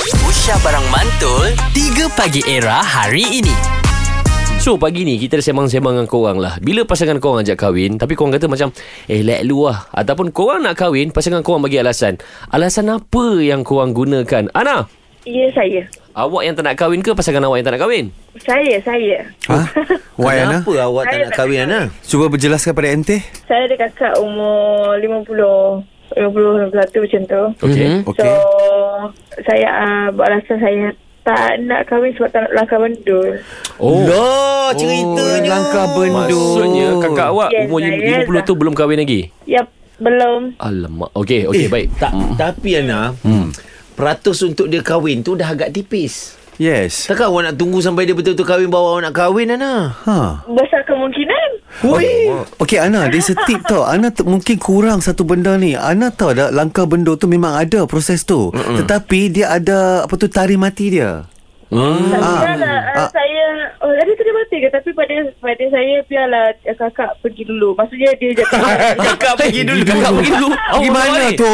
Aisyah Barang Mantul 3 Pagi Era hari ini So pagi ni kita sembang-sembang dengan korang lah Bila pasangan korang ajak kahwin Tapi korang kata macam Eh let lu lah Ataupun korang nak kahwin Pasangan korang bagi alasan Alasan apa yang korang gunakan Ana Ya, saya. Awak yang tak nak kahwin ke Pasangan awak yang tak nak kahwin Saya, saya. Ha? Why Ana? Kenapa awak tak Saya nak tak kahwin nak Ana? Cuba berjelaskan pada ente. Saya ada kakak umur 50, 50, 51 macam tu. Okay mm-hmm. So, Okey. saya uh, beralasan saya tak nak kahwin sebab tak nak belakang bandul. Oh Loh, ceritanya. Oh, langkah benda. Maksudnya kakak awak Yes, Umur saya 50 tu belum kahwin lagi Yap, Ya, belum. Alamak Okay, okay eh, baik Tak, tapi Ana, peratus untuk dia kahwin tu dah agak tipis. Yes. Takkan awak nak tunggu sampai dia betul-betul kahwin bawa awak nak kahwin Ana? Ha. Besar kemungkinan. Hui. Okey Ana, there's a tip tau. Ana t- mungkin kurang satu benda ni. Ana tahu tak langkah benda tu memang ada proses tu. Mm-mm. Tetapi dia ada apa tu tari mati dia. hmm. Tapi Ah. biarlah uh, Ah. saya oh, Ada terima mati ke Tapi pada pada saya Biarlah eh, kakak pergi dulu Maksudnya dia jatuh Eh, Kakak pergi Ha? dulu Kakak pergi dulu Awak Gimana kahwin. tu?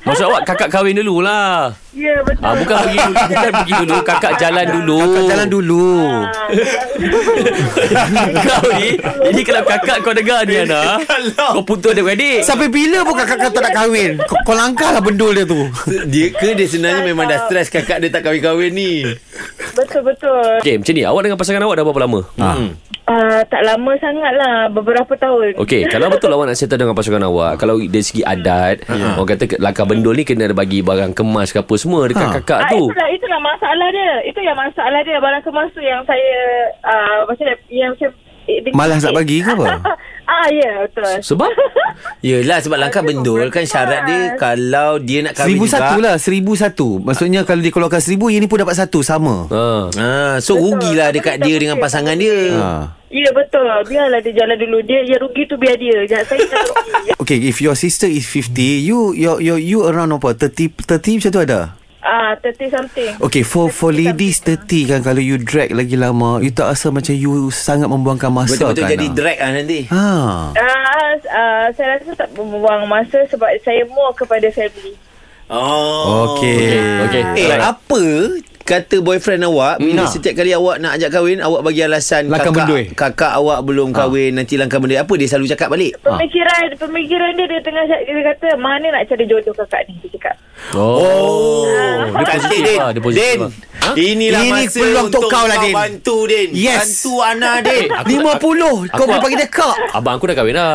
Maksud awak kakak kahwin dulu lah Ya betul ah, Bukan pergi dulu Bukan pergi dulu Kakak jalan dulu Kakak jalan dulu. Ah, kau ni Jadi kalau kakak kau dengar ni Ana Kau putus dia beradik Sampai bila pun kakak kau tak nak kahwin? Kau, kau langkah lah bendul dia tu. Dia ke dia sebenarnya memang dah stres kakak dia tak kahwin-kahwin ni. Betul-betul Okay macam ni Awak dengan pasangan awak dah berapa lama? Hmm. Ha. uh, Tak lama sangat lah Beberapa tahun Okay Kalau betul awak nak settle dengan pasangan awak Kalau dari segi adat Orang kata Langkah bendul ni Kena bagi barang kemas ke apa Semua dekat Ha. kakak Ah, tu itulah, itulah masalah dia. Itu yang masalah dia. Barang kemas tu yang saya... Uh, macam yang macam... eh, dikit- Malas nak bagi ke apa? ah, ya, yeah, betul. Sebab Yelah sebab langkah bendul kan syarat Ah, dia kalau dia nak kahwin Seribu juga. satu lah Seribu satu Maksudnya kalau dia keluarkan seribu Yang ni pun dapat satu Sama ha. Ha, so rugilah dekat dia dengan pasangan dia. ha. Ya, yeah, betul. Biarlah dia jalan dulu. Dia yang rugi tu biar dia. Jangan saya tak rugi. Eh, Okay, if your sister is 50, you you you, you around apa? 30 30 macam tu ada. Ah, 30 something. Okay, for for ladies 30 kan kalau you drag lagi lama, you tak rasa macam you sangat membuangkan masa Betul-betul kan? jadi drag lah nanti. Ha. Ah, ah, saya rasa tak membuang masa sebab saya more kepada family. Oh. Okey. Okay Eh, Alright. apa kata boyfriend awak bila setiap kali awak nak ajak kahwin awak bagi alasan Langkah kakak bendui. kakak awak belum kahwin nanti langkah bendui apa dia selalu cakap balik? Pemikiran pemikiran dia dia tengah dia kata mana nak cari jodoh kakak ni dia cakap. Oh Dia Tak, positif Kan, Din. lah Dia positif Din. lah. Ha? Inilah Ini masa peluang untuk untuk kau lah, Din. bantu Din. Yes. Bantu Ana Eh, Din. aku- 50 aku- Kau boleh panggil dia kak Abang aku dah kahwin dah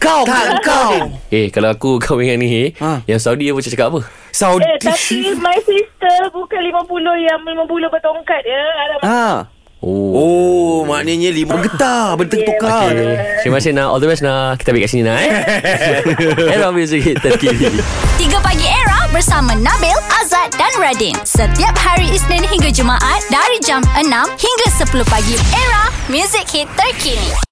Kau Tak, bukan kau, kau Din. Eh kalau aku kahwin dengan ni Ha. Yang Saudi apa cakap apa? Saudi Eh tapi my sister bukan 50 yang 50 bertongkat ya. Alamak. Ha Oh, Oh, maknanya lima Bergetar Bertengkar okay. Terima kasih Nah All the best Nah Kita ambil kat sini Nah eh? Era Music Hit terkini 3 Pagi Era bersama Nabil, Azad dan Radin. Setiap hari Isnin hingga Jumaat dari jam 6 hingga 10 pagi. Era, music hit terkini.